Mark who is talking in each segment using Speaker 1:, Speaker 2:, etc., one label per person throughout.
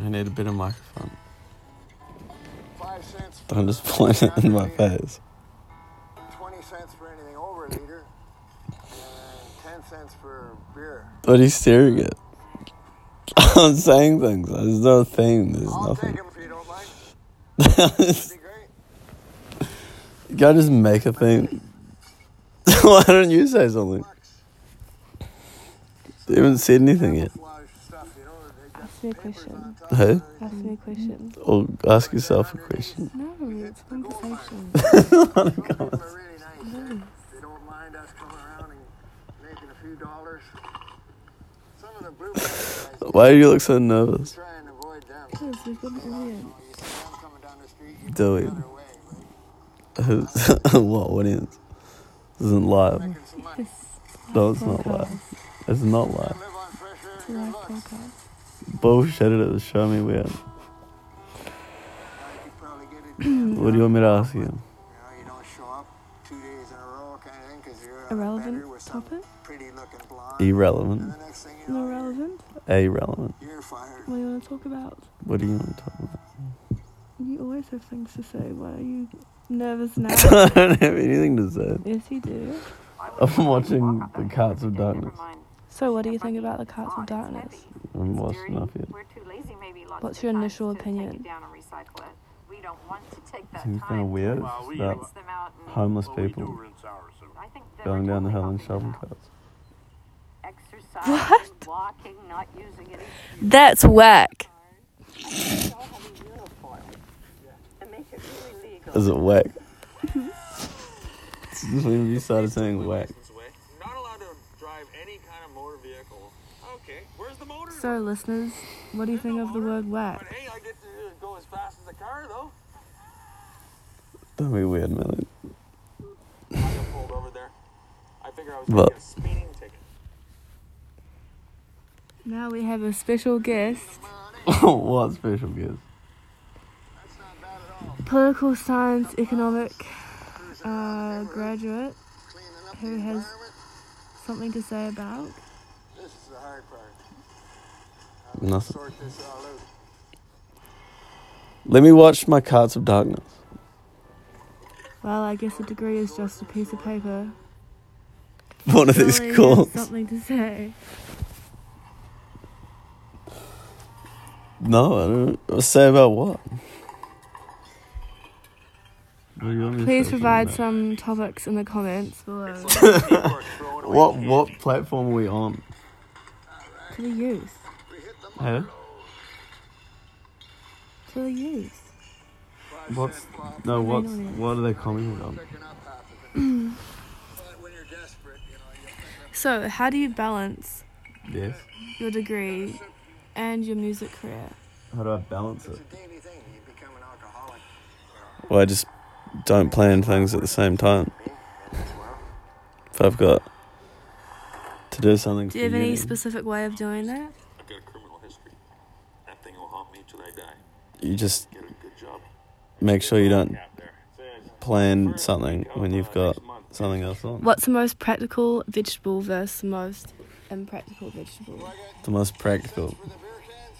Speaker 1: I need a better microphone.
Speaker 2: Five cents for
Speaker 1: Don't just point it in my face.
Speaker 2: 20 cents for anything over a liter, and 10 cents for beer.
Speaker 1: What are you staring at? I'm saying things. There's no thing. There's
Speaker 2: I'll take
Speaker 1: nothing.
Speaker 2: 'em if you don't mind. That'd be great.
Speaker 1: you gotta just make a thing. Why don't you say something?
Speaker 2: Bucks.
Speaker 1: You haven't said anything yet.
Speaker 2: Camouflage stuff, you know, they got
Speaker 3: me a
Speaker 2: papers
Speaker 3: question.
Speaker 2: on top.
Speaker 1: Hey?
Speaker 3: Ask me a question.
Speaker 1: Or ask yourself a question.
Speaker 3: No, it's conversation.
Speaker 2: Some people are really nice. They, they don't mind us coming around and making a few dollars. Some of the blue guys
Speaker 1: Why do you look so nervous?
Speaker 2: try and avoid them.
Speaker 3: Because we've been brilliant.
Speaker 2: You see them coming down the street, you
Speaker 1: Do
Speaker 2: go
Speaker 1: it.
Speaker 2: the other way, right?
Speaker 1: Who's- what audience? This isn't live.
Speaker 2: Making some money.
Speaker 1: No, it's not live. It's not live.
Speaker 2: Live on fresh air
Speaker 3: Live
Speaker 2: and good looks.
Speaker 3: podcast.
Speaker 1: Bullshit it is. Show me where.
Speaker 2: I could probably get it done.
Speaker 1: What do you want me to ask you?
Speaker 2: You know, you don't show up two days in a row kind of thing because you're on a bender
Speaker 3: Irrelevant
Speaker 2: with some
Speaker 3: topic?
Speaker 2: pretty looking blonde.
Speaker 1: E
Speaker 2: And
Speaker 1: Irrelevant.
Speaker 2: the next thing you know,
Speaker 3: No relevant?
Speaker 1: Irrelevant.
Speaker 2: you're, you're fired.
Speaker 3: What do you want to talk about?
Speaker 1: What do you want to talk about?
Speaker 3: You always have things to say. Why are you nervous now?
Speaker 1: I don't have anything to say.
Speaker 3: yes, you do.
Speaker 1: I'm watching The Carts of Darkness.
Speaker 3: So, what do you think about the Cats of Darkness?
Speaker 1: I'm watching enough yet.
Speaker 3: What's your initial opinion?
Speaker 1: I think it's kind of weird.
Speaker 4: Well,
Speaker 1: It's
Speaker 4: we-
Speaker 1: about homeless people going down the hill and shoveling carts.
Speaker 5: What?
Speaker 3: That's whack.
Speaker 1: Is it whack? when you started saying whack.
Speaker 4: Not allowed to drive any kind of motor vehicle. Okay, where's the motor?
Speaker 3: So, listeners, what do you think of the word
Speaker 4: But
Speaker 3: whack?
Speaker 4: hey, I get to uh, go as fast as the car though.
Speaker 1: Don't be weird, Millie.
Speaker 4: I got pulled over there. I figure I was
Speaker 1: But-
Speaker 4: gonna get a speeding ticket.
Speaker 3: Now we have a special guest,
Speaker 1: what special guest?
Speaker 3: political science economic uh, graduate,
Speaker 2: Cleaning up
Speaker 3: who
Speaker 2: the
Speaker 3: has-
Speaker 2: environment,
Speaker 3: something to say about.
Speaker 2: this is the hard part. I'll
Speaker 1: Nothing.
Speaker 2: sort this all out.
Speaker 1: Let me watch my Carts of Darkness.
Speaker 3: Well, I guess a degree is just a piece of paper.
Speaker 1: One of these
Speaker 3: Surely he has
Speaker 1: calls.
Speaker 3: Something to say.
Speaker 1: No, I don't. I'll Say about what? What do you want me to
Speaker 3: Please
Speaker 1: say
Speaker 3: provide
Speaker 1: about?
Speaker 3: some topics in the comments below
Speaker 4: People are throwing away
Speaker 1: What what platform are we on?
Speaker 3: to the youth.
Speaker 2: We hit the mark.
Speaker 1: Huh?
Speaker 3: To the youth.
Speaker 2: Five
Speaker 1: What's
Speaker 2: cent flop,
Speaker 1: no?
Speaker 3: don't
Speaker 1: What's
Speaker 3: know yet.
Speaker 1: what are they commenting on?
Speaker 2: picking up half of it. but when you're desperate, you know, you pick
Speaker 3: So, how do you balance
Speaker 1: Yes.
Speaker 3: your degree and your music career?
Speaker 1: How do I balance it?
Speaker 2: up. It's a daily thing. You become an alcoholic.
Speaker 1: Well, I just don't plan things at the same time.
Speaker 2: See? And that's well.
Speaker 1: If I've got to do something,
Speaker 3: Do you have any specific way of doing that?
Speaker 4: I've got a criminal history. That thing will haunt me till I die.
Speaker 1: you just
Speaker 4: Get a good job.
Speaker 1: make sure you don't
Speaker 4: Out there.
Speaker 1: plan something when you've got something else on.
Speaker 3: What's the most practical vegetable versus the most impractical vegetable?
Speaker 1: The most practical,
Speaker 2: For the beer cans,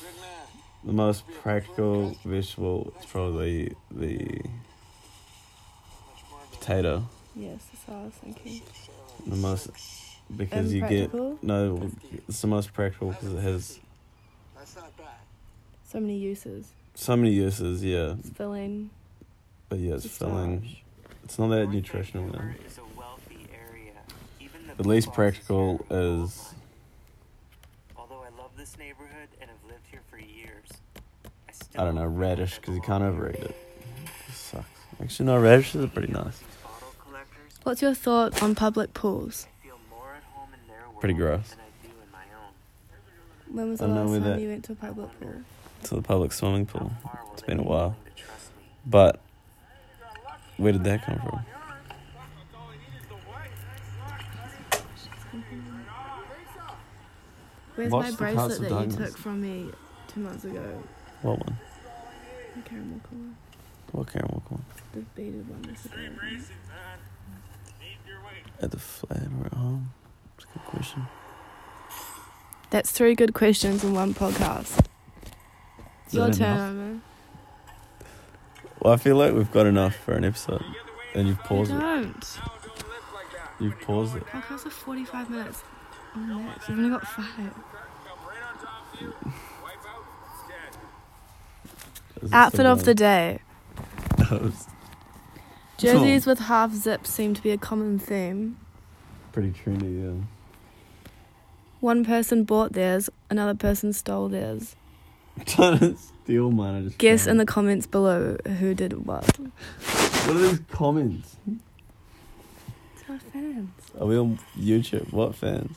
Speaker 2: good man.
Speaker 1: the most practical vegetable is probably the potato.
Speaker 3: Yes, that's what I was thinking.
Speaker 1: The most because you get
Speaker 3: Impractical?
Speaker 1: no. It's the most practical because it has
Speaker 2: That's not bad.
Speaker 3: So many uses.
Speaker 1: so many uses. Yeah,
Speaker 3: It's filling.
Speaker 1: but yeah, it's
Speaker 3: It's
Speaker 1: filling.
Speaker 3: large.
Speaker 1: It's not that nutritional. you know.
Speaker 6: is a wealthy area. Even the
Speaker 1: The least
Speaker 6: boombox is
Speaker 1: practical
Speaker 6: here in the
Speaker 1: is-
Speaker 6: gold mine. Although I love this neighborhood and have lived here for years, I, still
Speaker 1: I don't know,
Speaker 6: feel
Speaker 1: radish
Speaker 6: I
Speaker 1: because you
Speaker 6: belong
Speaker 1: can't
Speaker 6: here.
Speaker 1: overeat it. It sucks. Actually, no, radishes are pretty nice.
Speaker 6: These bottle collectors
Speaker 3: What's your thought on public pools?
Speaker 6: feel more at home in their world
Speaker 1: Pretty gross.
Speaker 6: than I do in my own.
Speaker 3: When was the
Speaker 1: I don't know
Speaker 3: last
Speaker 1: where
Speaker 3: time
Speaker 1: that-
Speaker 3: you went to a public pool?
Speaker 1: To the public swimming pool.
Speaker 6: How far will
Speaker 1: It's
Speaker 6: they
Speaker 1: been a
Speaker 6: be
Speaker 1: while.
Speaker 6: willing to trust me?
Speaker 1: But where did that come from?
Speaker 3: Where's
Speaker 1: What's
Speaker 3: my
Speaker 1: the House
Speaker 3: bracelet
Speaker 1: of
Speaker 3: that
Speaker 1: Diamonds?
Speaker 3: you took from me two months ago?
Speaker 1: What one?
Speaker 3: The caramel colour.
Speaker 1: What caramel corn?
Speaker 3: The beaded one. that's the beaded one.
Speaker 1: At the flat or at home? It's a good question.
Speaker 3: That's three good questions in one podcast. It's your
Speaker 1: that
Speaker 3: turn,
Speaker 1: enough?
Speaker 3: Omen.
Speaker 1: Well, I feel like we've got enough for an episode. And you've paused it.
Speaker 3: Don't.
Speaker 4: No, don't lift like that.
Speaker 1: You've paused it.
Speaker 3: Podcasts are 45 minutes. Oh, next. We've only got five.
Speaker 4: Come right on top of you. Wipe out. Dead.
Speaker 1: Is it
Speaker 3: Outfit
Speaker 1: still
Speaker 3: of the
Speaker 1: going?
Speaker 3: day.
Speaker 1: That was
Speaker 3: Jerseys with half zips seem to be a common theme.
Speaker 1: pretty trendy, yeah.
Speaker 3: One person bought theirs, another person stole theirs.
Speaker 1: Trying to steal mine. I just
Speaker 3: Guess in
Speaker 1: found.
Speaker 3: the comments below who did what.
Speaker 1: What are these comments?
Speaker 3: It's our fans.
Speaker 1: Are we on YouTube? What fans?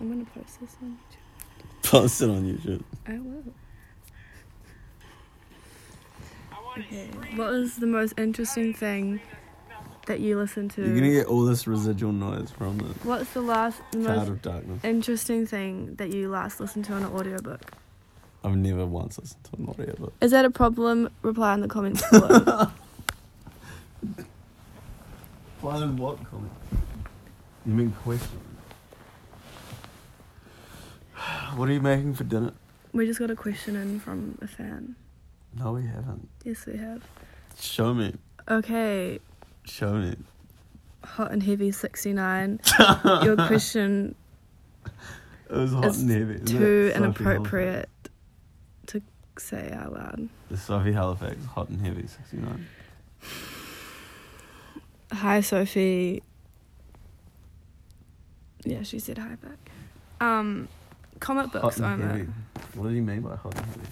Speaker 3: I'm gonna post this on YouTube.
Speaker 1: Post it on YouTube.
Speaker 3: I will.
Speaker 4: I want it.
Speaker 3: Okay. What was the most interesting thing that you listened to?
Speaker 1: You're gonna get all this residual noise from the
Speaker 3: What's the last
Speaker 1: Cloud
Speaker 3: most
Speaker 1: of Darkness.
Speaker 3: interesting thing that you last listened to on an audiobook?
Speaker 1: I've never once listened to an audiobook.
Speaker 3: Is that a problem? Reply in the comments below.
Speaker 1: Fine, what comment? You mean question? What are you making for dinner?
Speaker 3: we just got a question in from a fan.
Speaker 1: No, we haven't.
Speaker 3: Yes, we have.
Speaker 1: Show me.
Speaker 3: Okay,
Speaker 1: Show me.
Speaker 3: hot and heavy 69. Your question
Speaker 1: It was hot
Speaker 3: It's
Speaker 1: and heavy. isn't
Speaker 3: too
Speaker 1: it? Sophie
Speaker 3: inappropriate to say out loud.
Speaker 1: Halifax. The Sophie Halifax, hot and heavy, 69.
Speaker 3: Hi, Sophie. Yeah, she said hi back. Um, comic
Speaker 1: Hot
Speaker 3: books,
Speaker 1: and
Speaker 3: Omer.
Speaker 1: heavy. What do you mean by hot and heavy?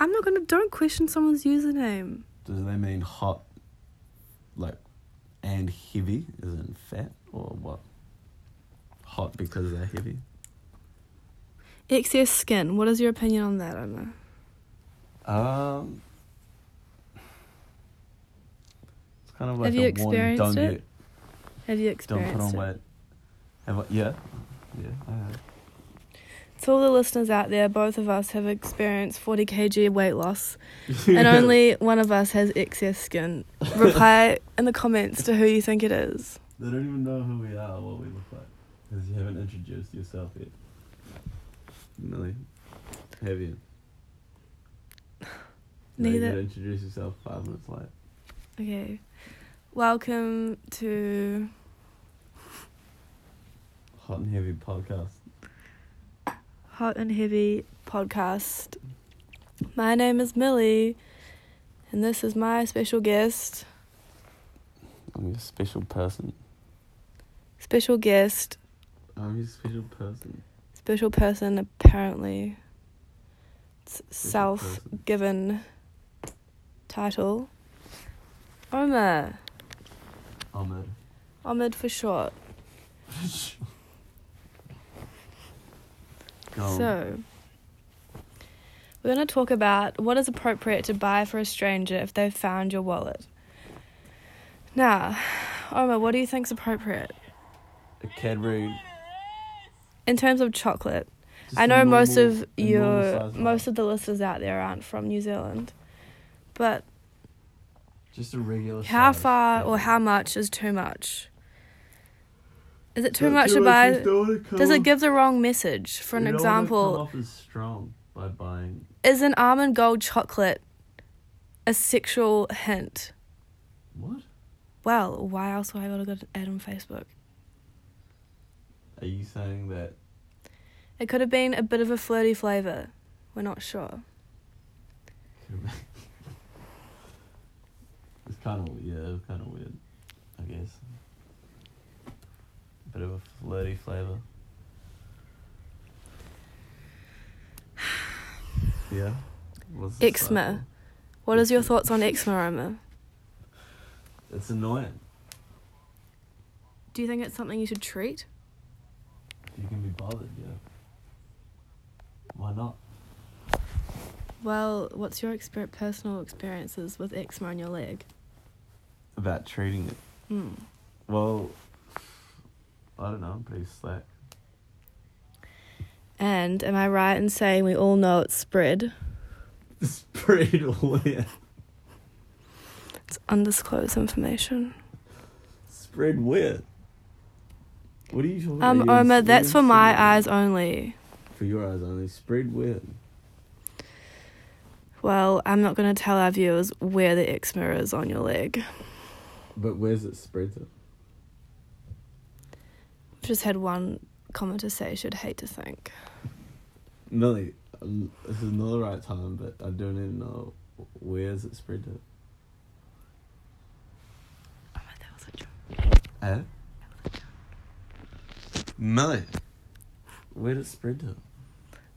Speaker 3: I'm not gonna. Don't question someone's username.
Speaker 1: Does they mean hot, like, and heavy, as in fat, or what? Hot because they're heavy.
Speaker 3: XS skin. What is your opinion on that, Omer?
Speaker 1: Um, it's kind of like
Speaker 3: Have you
Speaker 1: a warning. Don't
Speaker 3: experienced
Speaker 1: get,
Speaker 3: it? Have you
Speaker 1: don't
Speaker 3: experienced
Speaker 1: put on
Speaker 3: it?
Speaker 1: weight. Have I, yeah, yeah. I have.
Speaker 3: To all the listeners out there, both of us have experienced 40 kg weight loss, and only one of us has excess skin. Reply in the comments to who you think it is.
Speaker 1: they don't even know who we are, or what we look like, because you haven't introduced yourself yet. Millie, have you? No, you
Speaker 3: Neither-
Speaker 1: gotta introduce yourself five minutes late.
Speaker 3: Okay. Welcome to.
Speaker 1: Hot and heavy podcast.
Speaker 3: Hot and Heavy podcast. My name is Millie, and this is my special guest,
Speaker 1: I'm your special person.
Speaker 3: special guest,
Speaker 1: I'm your special person.
Speaker 3: special person apparently. It's
Speaker 1: Special
Speaker 3: self
Speaker 1: person.
Speaker 3: given title. Omar.
Speaker 1: Ahmed.
Speaker 3: Ahmed for short.
Speaker 1: Go on.
Speaker 3: So, we're going to talk about what is appropriate to buy for a stranger if they've found your wallet. Now, Omar, what do you think's appropriate?
Speaker 1: a Cadbury.
Speaker 3: In terms of chocolate,
Speaker 1: just
Speaker 3: I
Speaker 1: a
Speaker 3: know most
Speaker 1: normal-
Speaker 3: of
Speaker 1: a
Speaker 3: your
Speaker 1: normal size
Speaker 3: most
Speaker 1: one.
Speaker 3: of the listeners out there aren't from New Zealand, but
Speaker 1: just a regular.
Speaker 3: how
Speaker 1: size
Speaker 3: far or
Speaker 1: Cadbury.
Speaker 3: how much is too much? Is it too
Speaker 1: Not
Speaker 3: much to
Speaker 1: you
Speaker 3: buy?
Speaker 1: don't wanna come
Speaker 3: Does it
Speaker 1: off-
Speaker 3: give the wrong message? For an
Speaker 1: you don't wanna Come
Speaker 3: example,
Speaker 1: off as strong by buying.
Speaker 3: is an almond gold chocolate a sexual hint?
Speaker 1: What?
Speaker 3: Well, why else would I have got an ad on Facebook?
Speaker 1: Are you saying that?
Speaker 3: It could have been a bit of a flirty flavour. We're not sure.
Speaker 1: It's kind of yeah, it's kind of weird. I guess. Bit of a flirty flavor. Yeah. What's the
Speaker 3: Eczema.
Speaker 1: cycle?
Speaker 3: What is your thoughts on eczema, Roma?
Speaker 1: It's annoying.
Speaker 3: Do you think it's something you should treat?
Speaker 1: You can be bothered, yeah. Why not?
Speaker 3: Well, what's your exper- personal experiences with eczema on your leg?
Speaker 1: About treating it.
Speaker 3: Mm.
Speaker 1: Well, I don't know. I'm pretty slack.
Speaker 3: And am I right in saying we all know it's spread?
Speaker 1: It's pretty weird.
Speaker 3: It's undisclosed information.
Speaker 1: Spread where? What are you talking
Speaker 3: Um,
Speaker 1: about? You're
Speaker 3: Oma,
Speaker 1: ins-
Speaker 3: that's
Speaker 1: you're
Speaker 3: for my
Speaker 1: insinuating-
Speaker 3: eyes only.
Speaker 1: For your eyes only. Spread where?
Speaker 3: Well, I'm not going to tell our viewers where the eczema is on your leg.
Speaker 1: But where's it spreads it?
Speaker 3: Just had one commenter say should hate to think.
Speaker 1: Millie, um, this is not the right time, but I don't even know where's it spread it.
Speaker 3: Oh my, that was a joke.
Speaker 1: Eh? Millie, where did it spread to?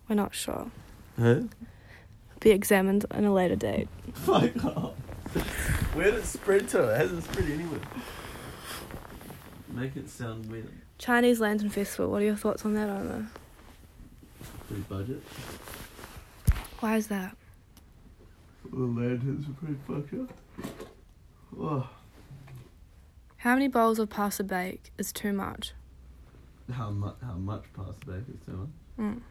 Speaker 3: We're not sure.
Speaker 1: Huh?
Speaker 3: Be examined on a later date.
Speaker 1: Fuck off. Where did it spread to? It hasn't spread anywhere. Make it sound weird.
Speaker 3: Chinese Lantern Festival. What are your thoughts on that, Omar?
Speaker 1: Free budget.
Speaker 3: Why is that?
Speaker 1: The lanterns are pretty fucked up. Oh.
Speaker 3: How many bowls of pasta bake is too much?
Speaker 1: How much? How much pasta back is too much?
Speaker 3: Mm.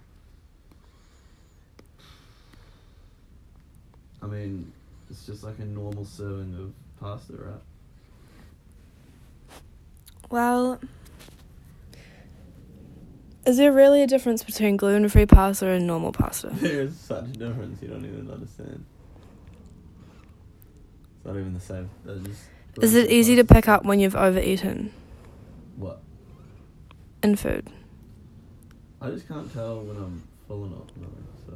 Speaker 1: I mean, it's just like a normal serving of pasta, right?
Speaker 3: Well, is there really a difference between gluten-free pasta and normal pasta?
Speaker 1: There is such a difference you don't even understand. It's not even the same. They're just
Speaker 3: Is it easy to pick up when you've overeaten
Speaker 1: What?
Speaker 3: in food?
Speaker 1: I just can't tell when I'm full or not. Really, so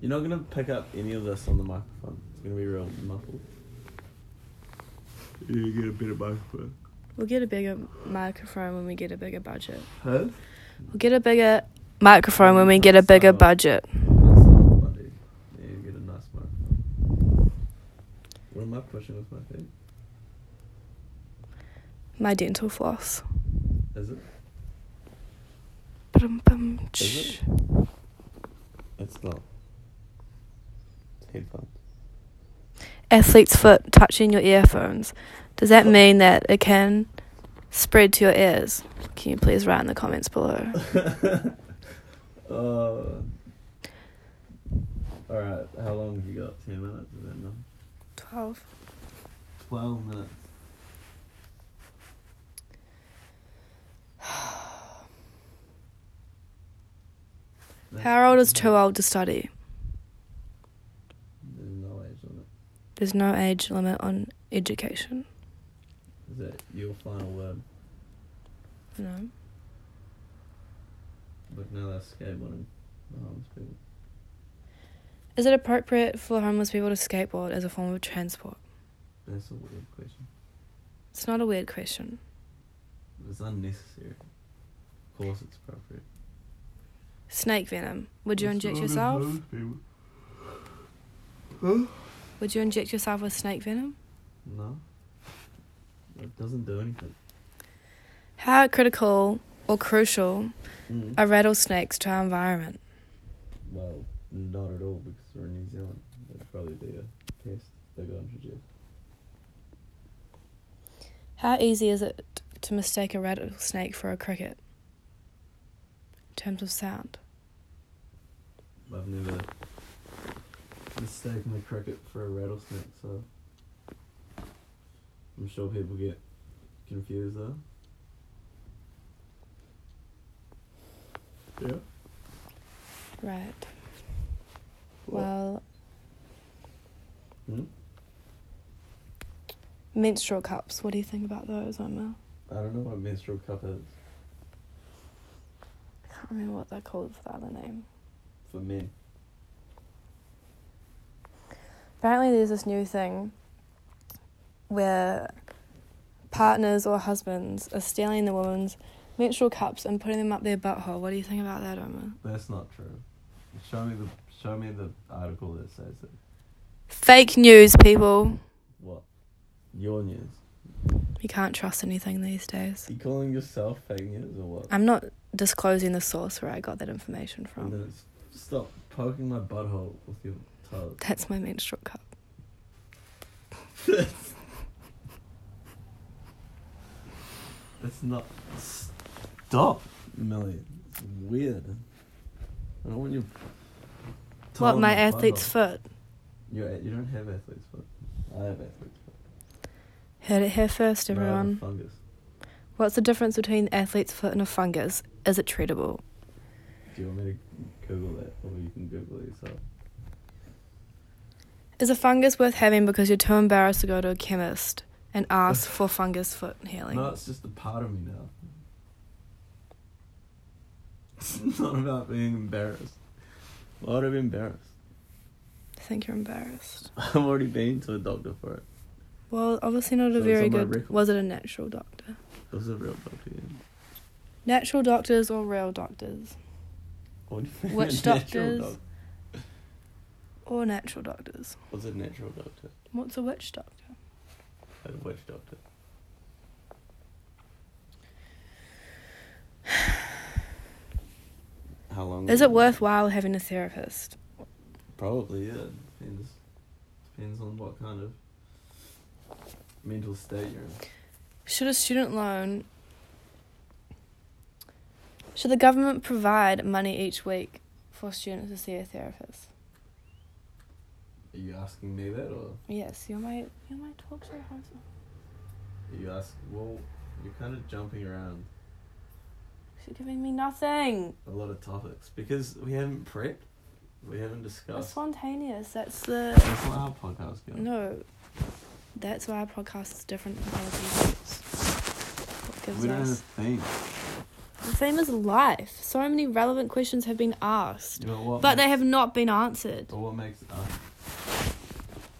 Speaker 1: you're not gonna pick up any of this on the microphone. It's gonna be real muffled. You get a better microphone.
Speaker 3: We'll get a bigger microphone when we get a bigger budget.
Speaker 1: Huh?
Speaker 3: We'll get a bigger microphone when we get a bigger budget.
Speaker 1: That's not buddy. Yeah, you get a nice microphone. What am I pushing with my feet?
Speaker 3: My dental floss.
Speaker 1: Is it?
Speaker 3: Ba-dum-bum,
Speaker 1: Is
Speaker 3: tsh.
Speaker 1: It's not. It's headphones.
Speaker 3: Athlete's foot touching your earphones. Does that mean that it can spread to your ears? Can you please write in the comments below?
Speaker 1: Uh, all right. How long have you got? Ten minutes. Is that enough?
Speaker 3: 12.
Speaker 1: Twelve minutes. That's-
Speaker 3: How old is too old to study?
Speaker 1: There's no age on it.
Speaker 3: There's no age limit on education.
Speaker 1: Is that your final word?
Speaker 3: No.
Speaker 1: Look, now that's skateboarding. The homeless people.
Speaker 3: Is it appropriate for homeless people to skateboard as a form of transport?
Speaker 1: That's a weird question.
Speaker 3: It's not a weird question.
Speaker 1: It's unnecessary. Of course, it's appropriate.
Speaker 3: Snake venom. Would you inject yourself? Would you inject yourself with snake venom?
Speaker 1: No. It doesn't do anything.
Speaker 3: How critical or crucial
Speaker 1: Mm.
Speaker 3: are rattlesnakes to our environment?
Speaker 1: Well, not at all because we're in New Zealand. That'd probably be a test they got introduced.
Speaker 3: How easy is it to mistake a rattlesnake for a cricket? In terms of sound.
Speaker 1: I've never mistaken a cricket for a rattlesnake, so I'm sure people get confused though. Yeah.
Speaker 3: Right. Well,
Speaker 1: Hmm?
Speaker 3: menstrual cups. What do you think about those, Omar?
Speaker 1: I don't know what menstrual cup is
Speaker 3: I can't remember what they're called for the other name.
Speaker 1: for men.
Speaker 3: Apparently, there's this new thing where partners or husbands are stealing the woman's menstrual cups and putting them up their butthole. What do you think about that, Omar?
Speaker 1: That's not true. Show me the show me the article that says it.
Speaker 3: Fake news, people.
Speaker 1: What? Your news.
Speaker 3: You can't trust anything these days.
Speaker 1: You calling yourself fake news or what?
Speaker 3: I'm not disclosing the source where I got that information
Speaker 1: And
Speaker 3: from.
Speaker 1: then it's, stop poking my butthole with your toes.
Speaker 3: That's my menstrual cup.
Speaker 1: That's not. Stop, Millie. It's weird. I don't want you.
Speaker 3: What,
Speaker 1: toeing
Speaker 3: my athlete's
Speaker 1: butthole.
Speaker 3: foot?
Speaker 1: You you don't have athlete's foot. I have athlete's foot.
Speaker 3: Heard it here first,
Speaker 1: No, I have a
Speaker 3: everyone.
Speaker 1: fungus.
Speaker 3: What's the difference between athlete's foot and a fungus? Is it treatable?
Speaker 1: Do you want me to Google that, or you can Google it yourself?
Speaker 3: Is a fungus worth having because you're too embarrassed to go to a chemist and ask for fungus foot healing?
Speaker 1: No, it's just a part of me now. It's not about being embarrassed. Why would I be embarrassed?
Speaker 3: I think you're embarrassed.
Speaker 1: I've already been to a doctor for it.
Speaker 3: Well, obviously not
Speaker 1: So
Speaker 3: a
Speaker 1: it's
Speaker 3: very
Speaker 1: on my
Speaker 3: good.
Speaker 1: record.
Speaker 3: Was it a natural doctor?
Speaker 1: It was a real doctor. Yeah.
Speaker 3: Natural doctors or real doctors?
Speaker 1: What do you mean
Speaker 3: Which
Speaker 1: a natural
Speaker 3: doctors?
Speaker 1: doc-
Speaker 3: Or natural doctors?
Speaker 1: Was a natural doctor?
Speaker 3: What's a witch doctor?
Speaker 1: Like a witch doctor? How long?
Speaker 3: Is
Speaker 1: ago?
Speaker 3: it worthwhile having a therapist?
Speaker 1: Probably, yeah. Depends. Depends on what kind of mental state you're in.
Speaker 3: Should a student loan. Should the government provide money each week for students to see a therapist?
Speaker 1: Are you asking me that, or
Speaker 3: Yes, you're my you're my talk show host.
Speaker 1: are you ask? Well, you're kind of jumping around
Speaker 3: You're giving me nothing.
Speaker 1: a lot of topics because we haven't prepped, we haven't
Speaker 3: It's
Speaker 1: discussed.
Speaker 3: spontaneous. That's the
Speaker 1: That's not how podcasts go.
Speaker 3: no. That's why our podcast is different from other people's. What gives
Speaker 1: we don't have a
Speaker 3: us
Speaker 1: thing.
Speaker 3: the same as life. So many relevant questions have been asked,
Speaker 1: But, what
Speaker 3: but they
Speaker 1: makes-
Speaker 3: have not been answered
Speaker 1: But what makes us?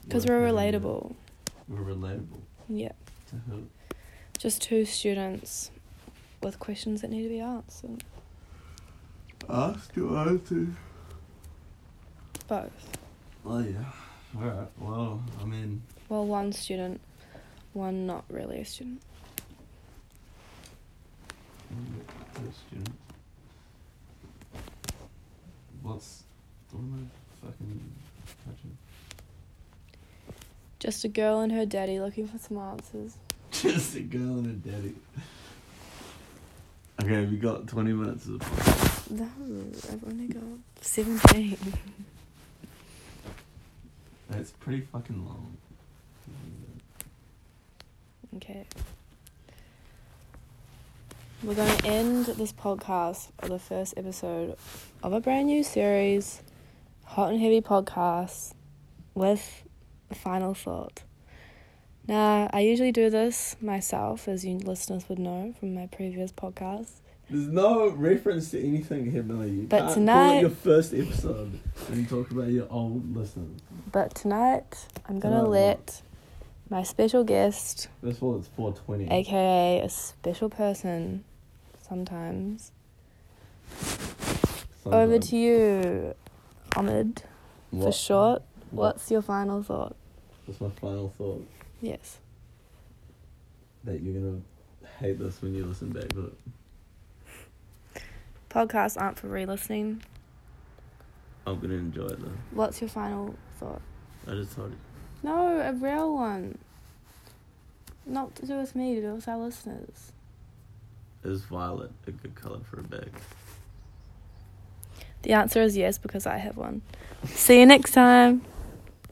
Speaker 3: because
Speaker 1: What
Speaker 3: we're
Speaker 1: makes us
Speaker 3: relatable.
Speaker 1: We're relatable
Speaker 3: Yeah,
Speaker 1: to who?
Speaker 3: just two students with questions that need to be answered.
Speaker 1: Us to us to.
Speaker 3: Both.
Speaker 1: Oh yeah. All right. Well, I mean,
Speaker 3: Well, one student, one not really a student.
Speaker 1: That's students. What's what am I fucking touching?
Speaker 3: Just a girl and her daddy looking for some answers.
Speaker 1: Just a girl and a daddy. Okay, we got twenty minutes of the podcast.
Speaker 3: No, I've only got 17.
Speaker 1: That's pretty fucking long.
Speaker 3: Okay. We're going to end this podcast or the first episode of a brand new series, Hot and Heavy Podcast, with a final thought. Now, I usually do this myself, as you listeners would know from my previous podcast.
Speaker 1: There's no reference to anything here, Millie. You
Speaker 3: But
Speaker 1: can't call
Speaker 3: tonight-
Speaker 1: it your first episode and talk about your old listeners.
Speaker 3: But tonight, I'm going
Speaker 1: Tonight
Speaker 3: to
Speaker 1: what?
Speaker 3: let my special guest,
Speaker 1: First of all, it's four twenty.
Speaker 3: aka a special person sometimes. Over to you, Ahmed,
Speaker 1: um,
Speaker 3: for short. What's your final thought?
Speaker 1: What's my final thought?
Speaker 3: Yes.
Speaker 1: that you're gonna hate this when you listen back, but
Speaker 3: Podcasts aren't for re listening.
Speaker 1: I'm gonna enjoy it though.
Speaker 3: What's your final thought?
Speaker 1: I just told you.
Speaker 3: No, a real one. Not to do with me, to do with our listeners.
Speaker 1: Is violet a good color for a bag?
Speaker 3: The answer is yes because I have one. See you next time.